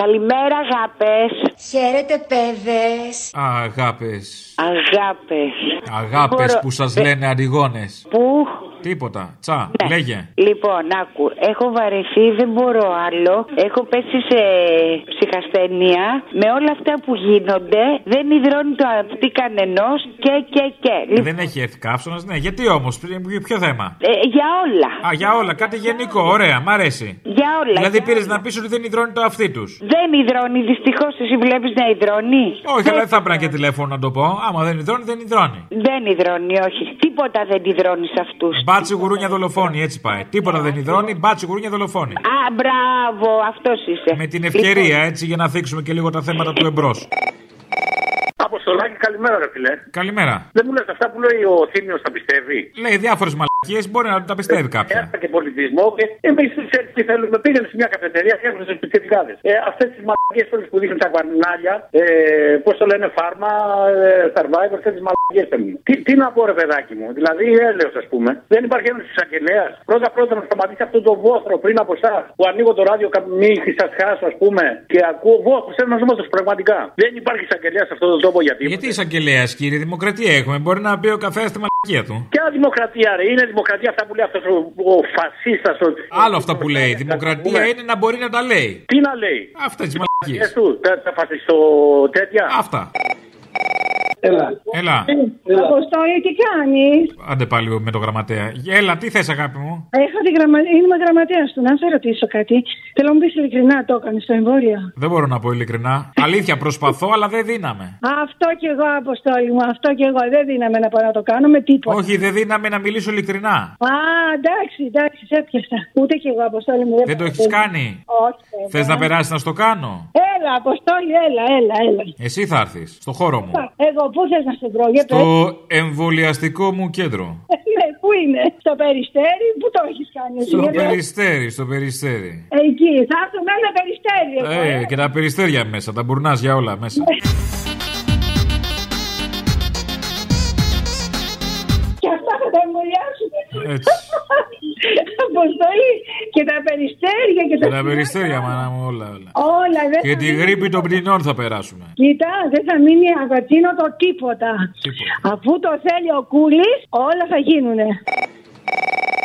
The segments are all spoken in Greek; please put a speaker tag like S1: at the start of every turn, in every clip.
S1: Καλημέρα, αγάπες.
S2: Χαίρετε, παιδες.
S3: Αγάπες.
S1: Αγάπες.
S3: Αγάπες που σας λένε αριγόνε.
S1: Πού.
S3: Τίποτα. Τσα.
S1: Ναι.
S3: Λέγε.
S1: Λοιπόν, άκου. Έχω βαρεθεί, δεν μπορώ άλλο. Έχω πέσει σε ψυχασθένεια. Με όλα αυτά που γίνονται, δεν υδρώνει το αυτή κανενός και και και.
S3: Ε,
S1: Λοιπόν,
S3: δεν έχει έρθει καύσωνας. Ναι, γιατί όμως. Ποιο θέμα.
S1: ε, για όλα.
S3: Α, για όλα. Κάτι γενικό. Ωραία. Μ' αρέσει.
S1: Για όλα.
S3: Δηλαδή
S1: για
S3: πήρες
S1: όλα.
S3: να πεις ότι δεν υδρώνει το αυτί τους.
S1: Δεν υδρώνει, δυστυχώς εσύ βλέπεις να υδρώνει.
S3: Όχι,
S1: δεν...
S3: αλλά δεν θα πρέπει να και τηλέφωνο να το πω. Άμα δεν υδρώνει, δεν υδρώνει.
S1: δεν υδρώνει, όχι. Τίποτα δεν υδρώνει σε αυτούς.
S3: Μπάτσι γουρούνια δολοφόνη, έτσι πάει. Τίποτα δεν υδρώνει, μπάτσι γουρούνια δολοφόνη.
S1: Α, μπράβο, αυτός είσαι.
S3: Με την ευκαιρία, έτσι, για να θίξουμε και λίγο τα θέματα του εμπρός.
S4: Αποστολάκη, καλημέρα, ρε φιλέ.
S3: Καλημέρα.
S4: Δεν μου λες αυτά που λέει ο Θήμιος τα πιστεύει.
S3: Λέει διάφορες μαλακίες, μπορεί να τα πιστεύει κάποια.
S4: Έρθα και πολιτισμό. Ε, Εμείς τους τι θέλουμε. Πήγαινε σε μια καφετερία και έφερε του πιτσιρικάδε. Ε, Αυτές τις μαλακίες όλες που δείχνουν τα βανάλια, ε, πώς το λένε, φάρμα, ε, survivor, αυτές τις μαλακίες παίρνουν. Τι, τι να πω, ρε παιδάκι μου, δηλαδή έλεος, ας πούμε. Δεν υπάρχει ένα εισαγγελέα. Πρώτα-πρώτα να σταματήσει αυτό το βόθρο πριν από εσάς που ανοίγω το ράδιο καμίχη σας χάσω, ας πούμε, και ακούω βόθρο ένα βόθρο πραγματικά. Δεν υπάρχει εισαγγελέα σε αυτόν τον τόπο γιατί.
S3: Γιατί εισαγγελέας, κύριε, δημοκρατία έχουμε. Μπορεί να πει ο καθένα τη μαλακία του.
S4: Ποια δημοκρατία, ρε, είναι δημοκρατία αυτά που λέει αυτός ο, ο φασίστας. Ο...
S3: Άλλο αυτά που λέει. Δημοκρατία
S4: Πούμε.
S3: είναι να μπορεί να τα λέει.
S4: Τι να λέει.
S3: Αυτέ τι
S4: Yes.
S3: μαλακίε.
S4: Τους, τα, τα φασιστο τέτοια.
S3: Αυτά. Έλα.
S5: Αποστόλη, τι κάνεις.
S3: Άντε πάλι με το γραμματέα. Έλα, τι θες, αγάπη μου.
S5: Ε, Έχω τη γραμμα... Είμαι γραμματέας του. Να σε ρωτήσω κάτι. Θέλω να μου πεις ειλικρινά, το έκανες στο εμβόλιο.
S3: Δεν μπορώ να πω ειλικρινά. Αλήθεια, προσπαθώ, αλλά δεν δύναμε.
S5: Αυτό κι εγώ, Αποστόλη μου. Αυτό κι εγώ. Δεν δύναμε να πάω να το κάνω με τίποτα.
S3: Όχι, δεν δύναμη να μιλήσω ειλικρινά.
S5: Α, εντάξει, εντάξει, σε έπιασα. Ούτε κι εγώ, Αποστόλη μου.
S3: Δεν το έχεις κάνει.
S5: Όχι.
S3: Θες να περάσεις να στο κάνω.
S5: Έλα, Αποστόλη, έλα, έλα, έλα.
S3: Εσύ θα έρθεις στο χώρο μου.
S5: Εγώ πού θες να σε βρω, για πες.
S3: Το εμβολιαστικό μου κέντρο.
S5: Ναι, πού είναι, στο περιστέρι, πού το έχεις κάνει. εσύ,
S3: Στο
S5: για πες.
S3: περιστέρι, στο περιστέρι.
S5: Εκεί, θα έρθω με ένα περιστέρι. εγώ,
S3: Ε, και τα περιστέρια μέσα, τα μπουρνά για όλα μέσα.
S5: Και αυτά θα τα εμβολιάσουν.
S3: Έτσι.
S5: Αποστολή και τα περιστέρια και
S3: Και
S5: τα.
S3: τα περιστέρια, μάνα μου, όλα. όλα.
S5: Όλα δεν
S3: Και
S5: θα
S3: τη
S5: μείνει-
S3: γρήπη των πτηνών θα περάσουμε.
S5: Κοίτα, δεν θα μείνει αγατσίνο το τίποτα.
S3: Τίποτα.
S5: Αφού το θέλει ο Κούλης, όλα θα γίνουνε.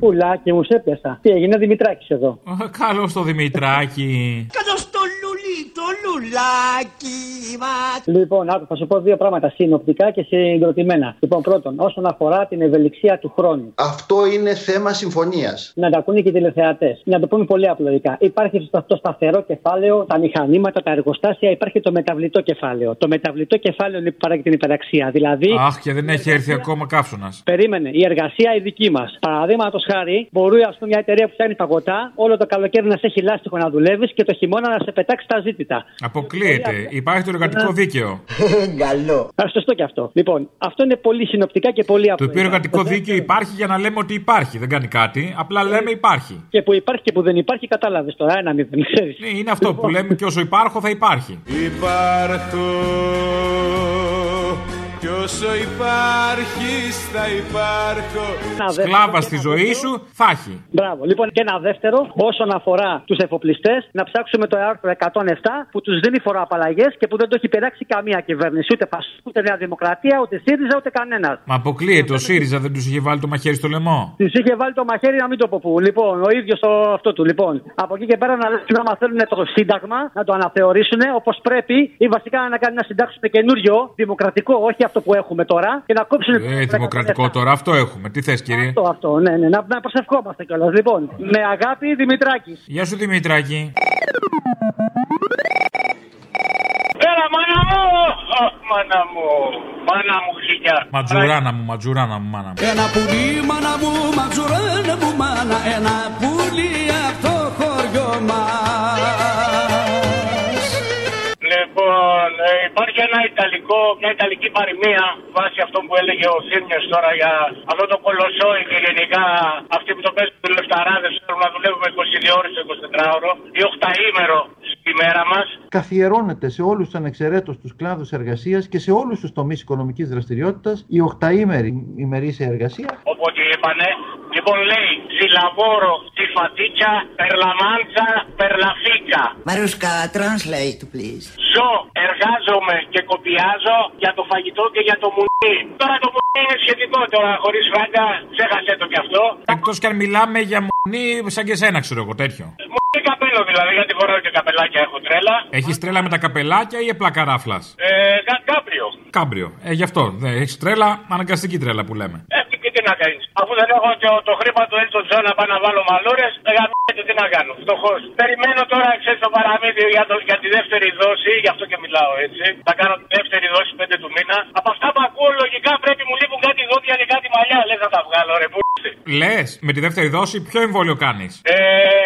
S6: Πουλάκι μου, σε πέσα. Τι έγινε, Δημητράκης εδώ.
S3: Καλό στο Δημητράκη.
S6: Λοιπόν, άκου, θα σου πω δύο πράγματα συνοπτικά και συγκροτημένα. Λοιπόν, πρώτον, όσον αφορά την ευελιξία του χρόνου.
S7: Αυτό είναι θέμα συμφωνίας.
S6: Να τα ακούνε και οι τηλεθεατές. Να το πούμε πολύ απλοϊκά. Υπάρχει στο- το σταθερό κεφάλαιο, τα μηχανήματα, τα εργοστάσια, υπάρχει το μεταβλητό κεφάλαιο. Το μεταβλητό κεφάλαιο λοιπόν παράγει την υπεραξία. Δηλαδή,
S3: Αχ, και δεν έχει έρθει ακόμα καύσωνας.
S6: Περίμενε, η εργασία η δική μας. Παραδείγματος χάρη, μπορεί ας πούμε, μια εταιρεία που φτιάχνει παγωτά όλο το καλοκαίρι να σε έχει λάστιχο να δουλεύεις και το χειμώνα να σε πετάξει τα ζήτητα.
S3: Αποκλείεται. Υπάρχει το εργατικό δίκαιο.
S6: Α, σωστό και αυτό. Λοιπόν, αυτό είναι πολύ συνοπτικά και πολύ
S3: Το
S6: απλό.
S3: οποίο εργατικό δίκαιο υπάρχει για να λέμε ότι υπάρχει. Δεν κάνει κάτι. Απλά λέμε υπάρχει.
S6: Και που υπάρχει και που δεν υπάρχει, κατάλαβες τώρα. Ένα μηδέν, Λοιπόν, ξέρεις.
S3: Ναι, είναι αυτό που λέμε και όσο υπάρχω θα υπάρχει.
S8: Υπάρχω κι όσο υπάρχεις θα υπάρχω
S3: Σκλάβα στη ζωή σου θα έχει.
S6: Μπράβο. Λοιπόν, και ένα δεύτερο, όσον αφορά τους εφοπλιστές, να ψάξουμε το άρθρο 107 που τους δίνει φοροαπαλλαγές και που δεν το έχει περάξει καμία κυβέρνηση. Ούτε Πασού, ούτε Νέα Δημοκρατία, ούτε ΣΥΡΙΖΑ, ούτε κανένας.
S3: Μα αποκλείεται, ο ΣΥΡΙΖΑ δεν τους είχε βάλει το μαχαίρι στο λαιμό.
S6: Τη είχε βάλει το μαχαίρι να μην το πω που. Λοιπόν, ο ίδιος το αυτό του. Λοιπόν, από εκεί και πέρα να αλλάξουν άμα θέλουν το Σύνταγμα, να το αναθεωρήσουν όπως πρέπει, ή βασικά να κάνει να συντάξουν καινούριο, δημοκρατικό, όχι αυτό που έχουμε τώρα, και να κόψουν.
S3: Ε, δημοκρατικό τώρα, αυτό έχουμε. Τι θες, κύριε.
S6: Αυτό, αυτό, ναι, ναι. Να, να προσευχόμαστε κιόλας. Λοιπόν, με αγάπη Δημητράκη.
S3: Γεια σου, Δημητράκη.
S4: Έλα, μάνα μου! Αχ, μάνα μου! Μάνα μου, γλυκιά.
S3: Ματζουράνα μου, ματζουράνα μου, μάνα μου.
S9: Ένα πουλί μάνα μου, ματζουρένα μου μάνα Ένα πουλί απ' το χωριό μας
S4: Λοιπόν, ε, υπάρχει ένα ιταλικό, μια ιταλική παροιμία βάσει αυτό που έλεγε ο Θήμιο τώρα για αυτό το κολοσσόι και γενικά αυτοί που το παίζουν οι λεφταράδες θέλουν να δουλεύουμε 22 ώρε, 24 ώρο ή 8 ημέρο στη μέρα μας.
S10: Καθιερώνεται σε όλους τους ανεξαιρέτως τους κλάδους εργασίας και σε όλους τους τομείς οικονομικής δραστηριότητας η οχταήμερη ημερήσια εργασία.
S4: Οπότε είπανε
S6: Λοιπόν, λέει Σιλαβόρο, Τσιφατίτσα, Περλαμάντσα, Περλαφίκα.
S11: Μαρούσκα, translate please.
S6: Ζω, εργάζομαι και κοπιάζω για το φαγητό και για το μουνί. Τώρα το μουνί είναι σχετικό τώρα, χωρίς φράγκα, ξέχασε το κι αυτό.
S3: Εκτός και αν μιλάμε για μουνί, σαν και εσένα, ξέρω εγώ τέτοιο.
S6: Μουνί καπέλο δηλαδή, γιατί φοράω και καπελάκια, έχω τρέλα.
S3: Έχεις τρέλα με τα καπελάκια ή απλά καράφλας.
S6: Ε, κα- κάπριο.
S3: Κάμπριο. Ε, γι' αυτό. Έχεις τρέλα, αναγκαστική τρέλα που λέμε.
S6: Ε, τι- και τι να κάνεις. Αφού δεν έχω το, το χρήμα του Έλτον Τζον να πάω να βάλω μαλούρες, δεν ε, τι να κάνω. Φτωχός. Περιμένω τώρα, ξέρεις το παραμύθι για, το, για τη δεύτερη δόση, γι' αυτό και μιλάω έτσι. Θα κάνω τη δεύτερη δόση 5 του μήνα. Από αυτά που ακούω, λογικά πρέπει μου λείπουν κάτι δόντια και κάτι μαλλιά. Λες να τα βγάλω, ρε που.
S3: Λες, με τη δεύτερη δόση, ποιο εμβόλιο κάνεις.
S6: Ε,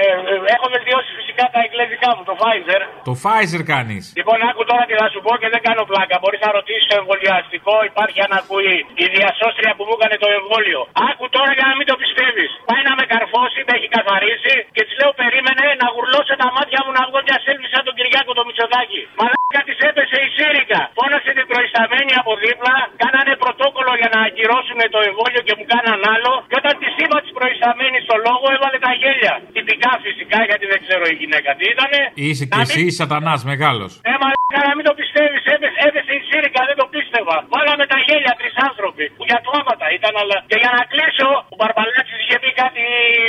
S6: έχω βελτιώσει φυσικά τα εγγλέζικά μου, το Pfizer.
S3: Το Pfizer κάνεις.
S6: Λοιπόν, άκου τώρα τι θα σου πω και δεν κάνω πλάκα. Μπορείς να ρωτήσεις το εμβολιαστικό, υπάρχει ανακουή. Η διασώστρια που μου έκανε το εμβόλιο. Άκου τώρα για να μην το πιστεύεις. Πάει να με καρφώσει, με έχει καθαρίσει και της λέω περίμενε να γουρλώσω τα μάτια μου να βγω μια σέλφη σαν τον Κυριάκο το Μητσοτάκη. Μαλάκα της έπεσε η Σύρικα. Φώνασε την προϊσταμένη από δίπλα, κάνανε πρωτόκολλο για να ακυρώσουν το εμβόλιο και μου κάναν άλλο. Και όταν τη είπα της προϊσταμένης στο λόγο, έβαλε τα γέλια. Τυπικά φυσικά, γιατί δεν ξέρω η γυναίκα τι ήταν.
S3: Είσαι και εσύ σατανάς μεγάλος.
S6: Ε, μαλάκα, να μην το πιστεύεις. Έπεσε, έπεσε η Σύρικα, δεν το πίστευα. Βάλαμε τα γέλια τρεις άνθρωποι που για τρώματα ήταν, αλλά. Και για να κλείσω, ο Μπαρμπαλάτσι είχε πει κάτι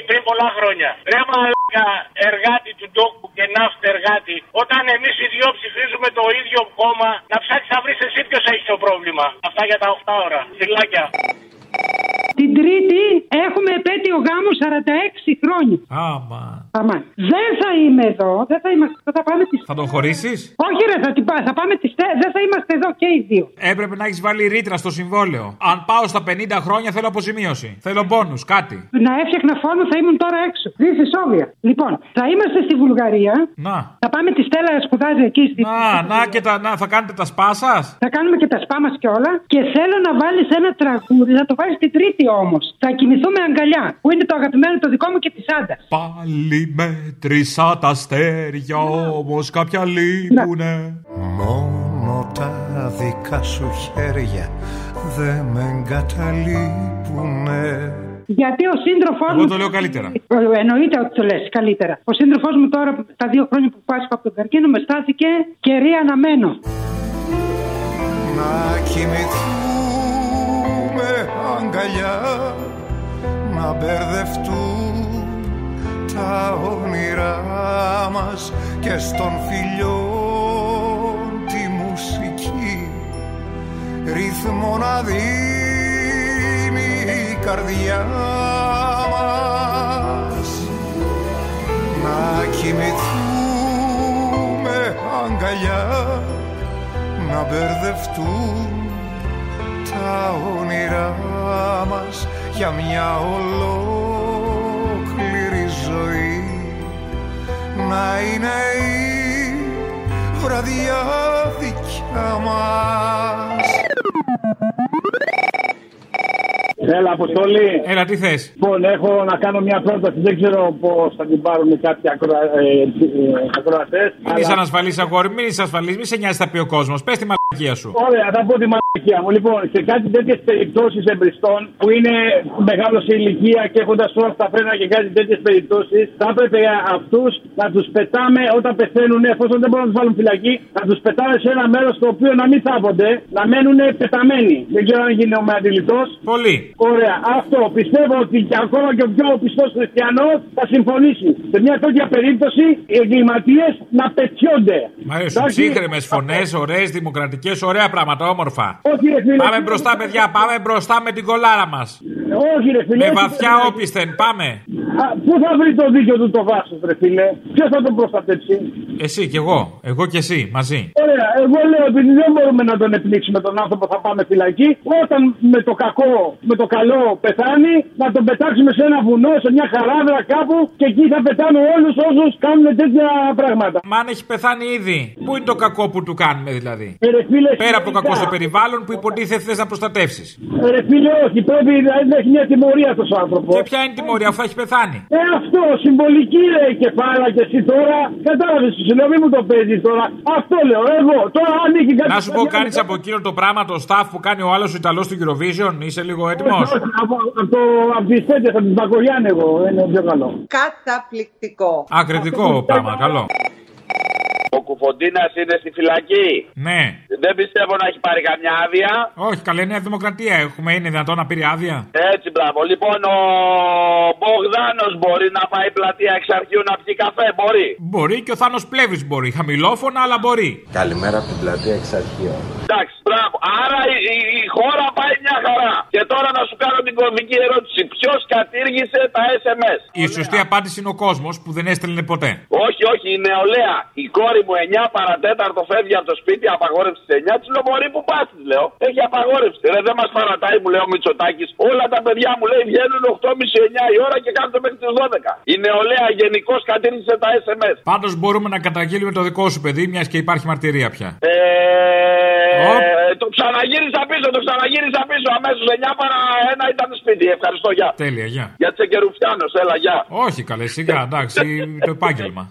S6: πριν πολλά χρόνια. Ρε μαλάκα, εργάτη του ντόκου και ναύτε εργάτη, όταν εμείς οι δυο ψηφίζουμε το ίδιο κόμμα, να ψάξεις να βρεις εσύ ποιος έχει το πρόβλημα. Αυτά για τα 8 ώρα. Φιλάκια.
S5: Την Τρίτη έχουμε επέτειο γάμου 46 χρόνια.
S3: Άμα.
S5: Αμά. Δεν θα είμαι εδώ, δεν θα είμαστε. εδώ, Θα πάμε τις...
S3: Θα τον χωρίσεις.
S5: Όχι, ρε, θα, την... πά- θα πάμε τις... τε- Δεν θα είμαστε εδώ και οι δύο.
S3: Έπρεπε να έχεις βάλει ρήτρα στο συμβόλαιο. Αν πάω στα 50 χρόνια θέλω αποζημίωση. Θέλω μπόνους, κάτι.
S5: Να έφτιαχνα φόνο θα ήμουν τώρα έξω. Δύση όβια. Λοιπόν, θα είμαστε στη Βουλγαρία.
S3: Να.
S5: Θα πάμε τη Στέλλα να σπουδάζει εκεί στη.
S3: Να, να και τα, να, θα κάνετε τα σπά σας.
S5: Θα κάνουμε και τα σπά μας και όλα. Και θέλω να βάλεις ένα τραγούδι, να το βάλεις την Τρίτη όμως. Θα κοιμηθούμε αγκαλιά, που είναι το αγαπημένο το δικό μου και της Άντα.
S3: Πάλι μέτρησα τα αστέρια, όμως κάποια λείπουνε.
S9: Μόνο τα δικά σου χέρια δεν με εγκαταλείπουνε
S5: Γιατί ο σύντροφός μου.
S9: Εγώ το λέω καλύτερα.
S5: Ε, Εννοείται ότι το λες καλύτερα. Ο σύντροφός μου τώρα, τα δύο χρόνια που πάσχω από τον καρκίνο, με στάθηκε κερία αναμένο.
S9: Να κοιμηθούμε αγκαλιά Να μπερδευτούν τα όνειρά μας Και στον φιλιών τη μουσική Ρυθμό να δίνει η καρδιά μας Να κοιμηθούμε αγκαλιά να μπερδευτούν τα όνειρά μας για μια ολόκληρη ζωή να είναι η βραδιά δικιά μας
S4: Έλα, Αποστολή.
S3: Έλα, τι θες.
S4: Λοιπόν, έχω να κάνω μια πρόταση. Δεν ξέρω πώς θα την πάρουν κάποιοι ε, ακροατέ.
S3: Μην είσαι ανασφαλή, αγόρι, μην είσαι ασφαλή, μην σε νοιάζει τα πει ο κόσμος. Πες τη μαλακία σου.
S4: Ωραία, θα πω τη μαλακία μου. Λοιπόν, σε κάτι τέτοιες περιπτώσεις εμπριστών που είναι μεγάλος σε ηλικία και έχοντας όλα τα φρένα και κάτι τέτοιες περιπτώσεις, θα έπρεπε αυτούς να τους πετάμε όταν πεθαίνουν, εφόσον δεν μπορούν να τους βάλουν φυλακή, να τους πετάμε σε ένα μέρος το οποίο να μην θάβονται, να μένουν πεταμένοι. Δεν ξέρω αν γίνομαι αντιληπτό.
S3: Πολύ.
S4: Ωραία, αυτό πιστεύω ότι και ακόμα και ο πιο πιστός χριστιανός θα συμφωνήσει. Σε μια τέτοια περίπτωση οι εγκληματίες να πετιόνται.
S3: Μ' αρέσουν
S4: Εντάξει.
S3: ψύχρεμες φωνές, ωραίες δημοκρατικές, ωραία πράγματα, όμορφα.
S4: Όχι, ρε φίλε.
S3: Πάμε μπροστά, παιδιά, πάμε μπροστά με την κολάρα μας.
S4: Όχι, ρε φίλε.
S3: Με
S4: όχι,
S3: βαθιά
S4: ρε.
S3: όπισθεν, πάμε.
S4: Α, Πού θα βρει το δίκιο του το βάσος, ρε φίλε. Ποιος θα τον προστατεύσει.
S3: Εσύ κι εγώ, εγώ κι εσύ, μαζί.
S4: Ωραία, εγώ λέω επειδή δεν μπορούμε να τον επιλέξουμε τον άνθρωπο, θα πάμε φυλακή. Όταν με το κακό, με το καλό πεθάνει, να τον πετάξουμε σε ένα βουνό, σε μια χαράδρα κάπου και εκεί θα πετάνε όλους όσους κάνουν τέτοια πράγματα.
S3: Μα αν έχει πεθάνει ήδη, πού είναι το κακό που του κάνουμε δηλαδή.
S4: Ε, ρε φίλε,
S3: Πέρα από το
S4: συνολικά.
S3: κακό στο περιβάλλον που υποτίθεται θες να προστατεύσεις.
S4: Ε, Ρε φίλε, όχι, πρέπει να είναι
S12: έχει μια τιμωρία αυτός ο άνθρωπος.
S3: Και ποια είναι η τιμωρία, αφού έχει πεθάνει.
S12: Ε, αυτό, συμβολική ρε κεφάλα και εσύ τώρα. Κατάλαβες, σου λέω, μη μου το παίζεις τώρα. Αυτό λέω, εγώ. Τώρα ανήκει κάτι.
S3: Να σου πω, κάνει από εκείνο το πράγμα το staff που κάνει ο άλλος Ιταλός του Eurovision, είσαι λίγο έτοιμο.
S12: Από, από, από τις τέτοιες, από την Πακογιάννη, εγώ. Είναι πιο καλό.
S13: Καταπληκτικό.
S3: Ακριτικό πράγμα, καλό.
S9: Ο Κουφοντίνας είναι στη φυλακή.
S3: Ναι.
S9: Δεν πιστεύω να έχει πάρει καμιά άδεια.
S3: Όχι, καλή Νέα Δημοκρατία έχουμε. Είναι δυνατόν να πήρε άδεια.
S9: Έτσι, μπράβο. Λοιπόν, ο Μπογδάνος μπορεί να πάει πλατεία εξ αρχείου να πιει καφέ. Μπορεί.
S3: Μπορεί και ο Θάνος Πλεύρη μπορεί. Χαμηλόφωνα, αλλά μπορεί.
S14: Καλημέρα από την πλατεία εξ αρχείων.
S9: Εντάξει, μπράβο. Άρα η, η, η χώρα πάει μια χαρά. Και τώρα να σου κάνω την κομβική ερώτηση. Ποιος κατήργησε τα SMS.
S3: Η σωστή απάντηση είναι ο κόσμος που δεν έστελνε ποτέ.
S9: Όχι, όχι, η νεολαία. Η κόρη μου 9 παρατέταρτο φεύγει από το σπίτι, απαγόρευση στι 9. Της λέω μπορεί που πας, της λέω. Έχει απαγόρευση. Ρε, δεν μας παρατάει, μου λέει ο Μητσοτάκης. Όλα τα παιδιά μου λέει βγαίνουν 8.30-9 η ώρα και κάθονται μέχρι τις 12. Η νεολαία γενικώς κατήργησε τα SMS.
S3: Πάντως μπορούμε να καταγγείλουμε το δικό σου παιδί, μιας και υπάρχει μαρτυρία πια.
S9: Ε, το ξαναγύρισα πίσω, το ξαναγύρισα πίσω. Αμέσως 9 παρα 1 ήταν σπίτι. Ευχαριστώ, γεια.
S3: Τέλεια, γεια.
S9: Για τσεκερουφτιάνο, έλα, γεια.
S3: Όχι, καλέ, σιγά, εντάξει, το επάγγελμα.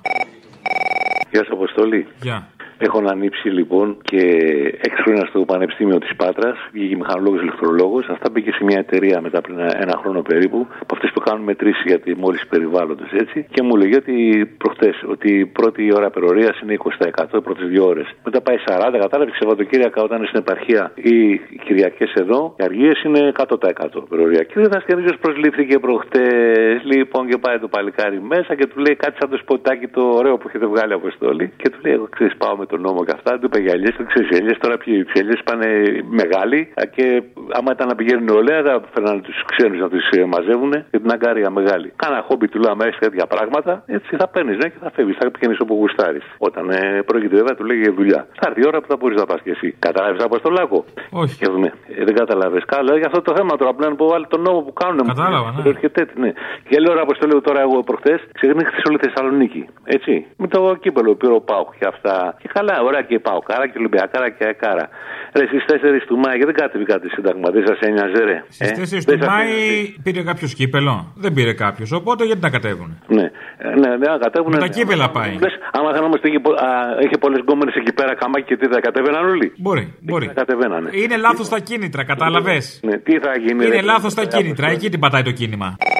S6: Γεια σα, Αποστολή.
S3: Γεια.
S6: Έχουν ανοίξει λοιπόν και έξω στο Πανεπιστήμιο της Πάτρας, βγήκε μηχανολόγος ηλεκτρολόγος. Αυτά μπήκε σε μια εταιρεία μετά πριν ένα χρόνο περίπου, από αυτές που κάνουν μετρήσεις για τη μόλιση περιβάλλοντος έτσι. Και μου λέγε ότι προχτές, ότι η πρώτη ώρα περορία είναι 20% οι πρώτες δύο ώρες. Μετά πάει 40, κατάλαβες Σαββατοκύριακα όταν είναι στην επαρχία ή Κυριακές εδώ, οι αργίες είναι 100% περορία. Και ο Δασκενίζο προσλήφθηκε προχτές, λοιπόν και πάει το παλικάρι μέσα και του λέει κάτι σαν το σποτάκι το ωραίο που έχετε βγάλει αποστολή. Και του λέει, εγώ ξέρεις, πάω με τον νόμο και αυτά, του είπε για ελιέ, του ξέρει ελιέ. Τώρα ποιοι οι ελιέ πάνε μεγάλοι και άμα ήταν να πηγαίνουν όλα, θα φέρνανε τους ξένους να τους μαζεύουν και την αγκάρια μεγάλη. Κάνα χόμπι του λέω αμέσω τέτοια πράγματα, έτσι θα παίρνεις ναι, και θα φεύγεις, θα πηγαίνεις όπου γουστάρεις. Όταν ε, πρόκειται βέβαια του λέει για δουλειά. Θα έρθει η ώρα που θα μπορείς να πας και εσύ. Κατάλαβες από στο λάκκο.
S3: Όχι.
S6: Και δούμε. Ε, δεν κατάλαβες. Καλά, για αυτό το θέμα τώρα απλά να πω βάλει τον νόμο που κάνουν.
S3: Κατάλαβα, ναι.
S6: Έρχεται, ναι. Και λέω ρε αποστολή τώρα εγώ προχτέ ξεγνύχτησε όλη τη Θεσσαλονίκη. Έτσι. Με το κύπελο πήρε ο Πάουκ και αυτά. Και καλά, ωραία και πάω κάρα και Ολυμπιακάρα και Ακάρα. Ρε στις 4 του Μάη, και δεν κατέβηκα τη Σύνταγμα, δεν σας ένοιαζε, ρε. ε?
S3: Στις 4
S6: δεν
S3: του
S6: σας
S3: Μάη
S6: ένοιαζε.
S3: πήρε κάποιος κύπελο. Δεν πήρε κάποιος. Οπότε γιατί να κατέβουνε.
S6: Ναι, Ε, ναι, ναι, να κατέβουνε.
S3: Με τα
S6: ναι.
S3: κύπελα πάει.
S6: Λες, άμα θα νόμαστε, είχε πο- α, είχε πολλές γκόμενες εκεί πέρα, καμάκι και τι θα κατέβαιναν όλοι.
S3: Μπορεί, μπορεί.
S6: Θα κατεβαίνανε.
S3: Είναι λάθος τα κίνητρα, κατάλαβες.
S6: Ναι, τι θα γίνει.
S3: Ε- Είναι
S6: ρε,
S3: λάθος τα
S6: ε,
S3: κίνητρα,
S6: ε,
S3: εκεί την πατάει το κίνημα.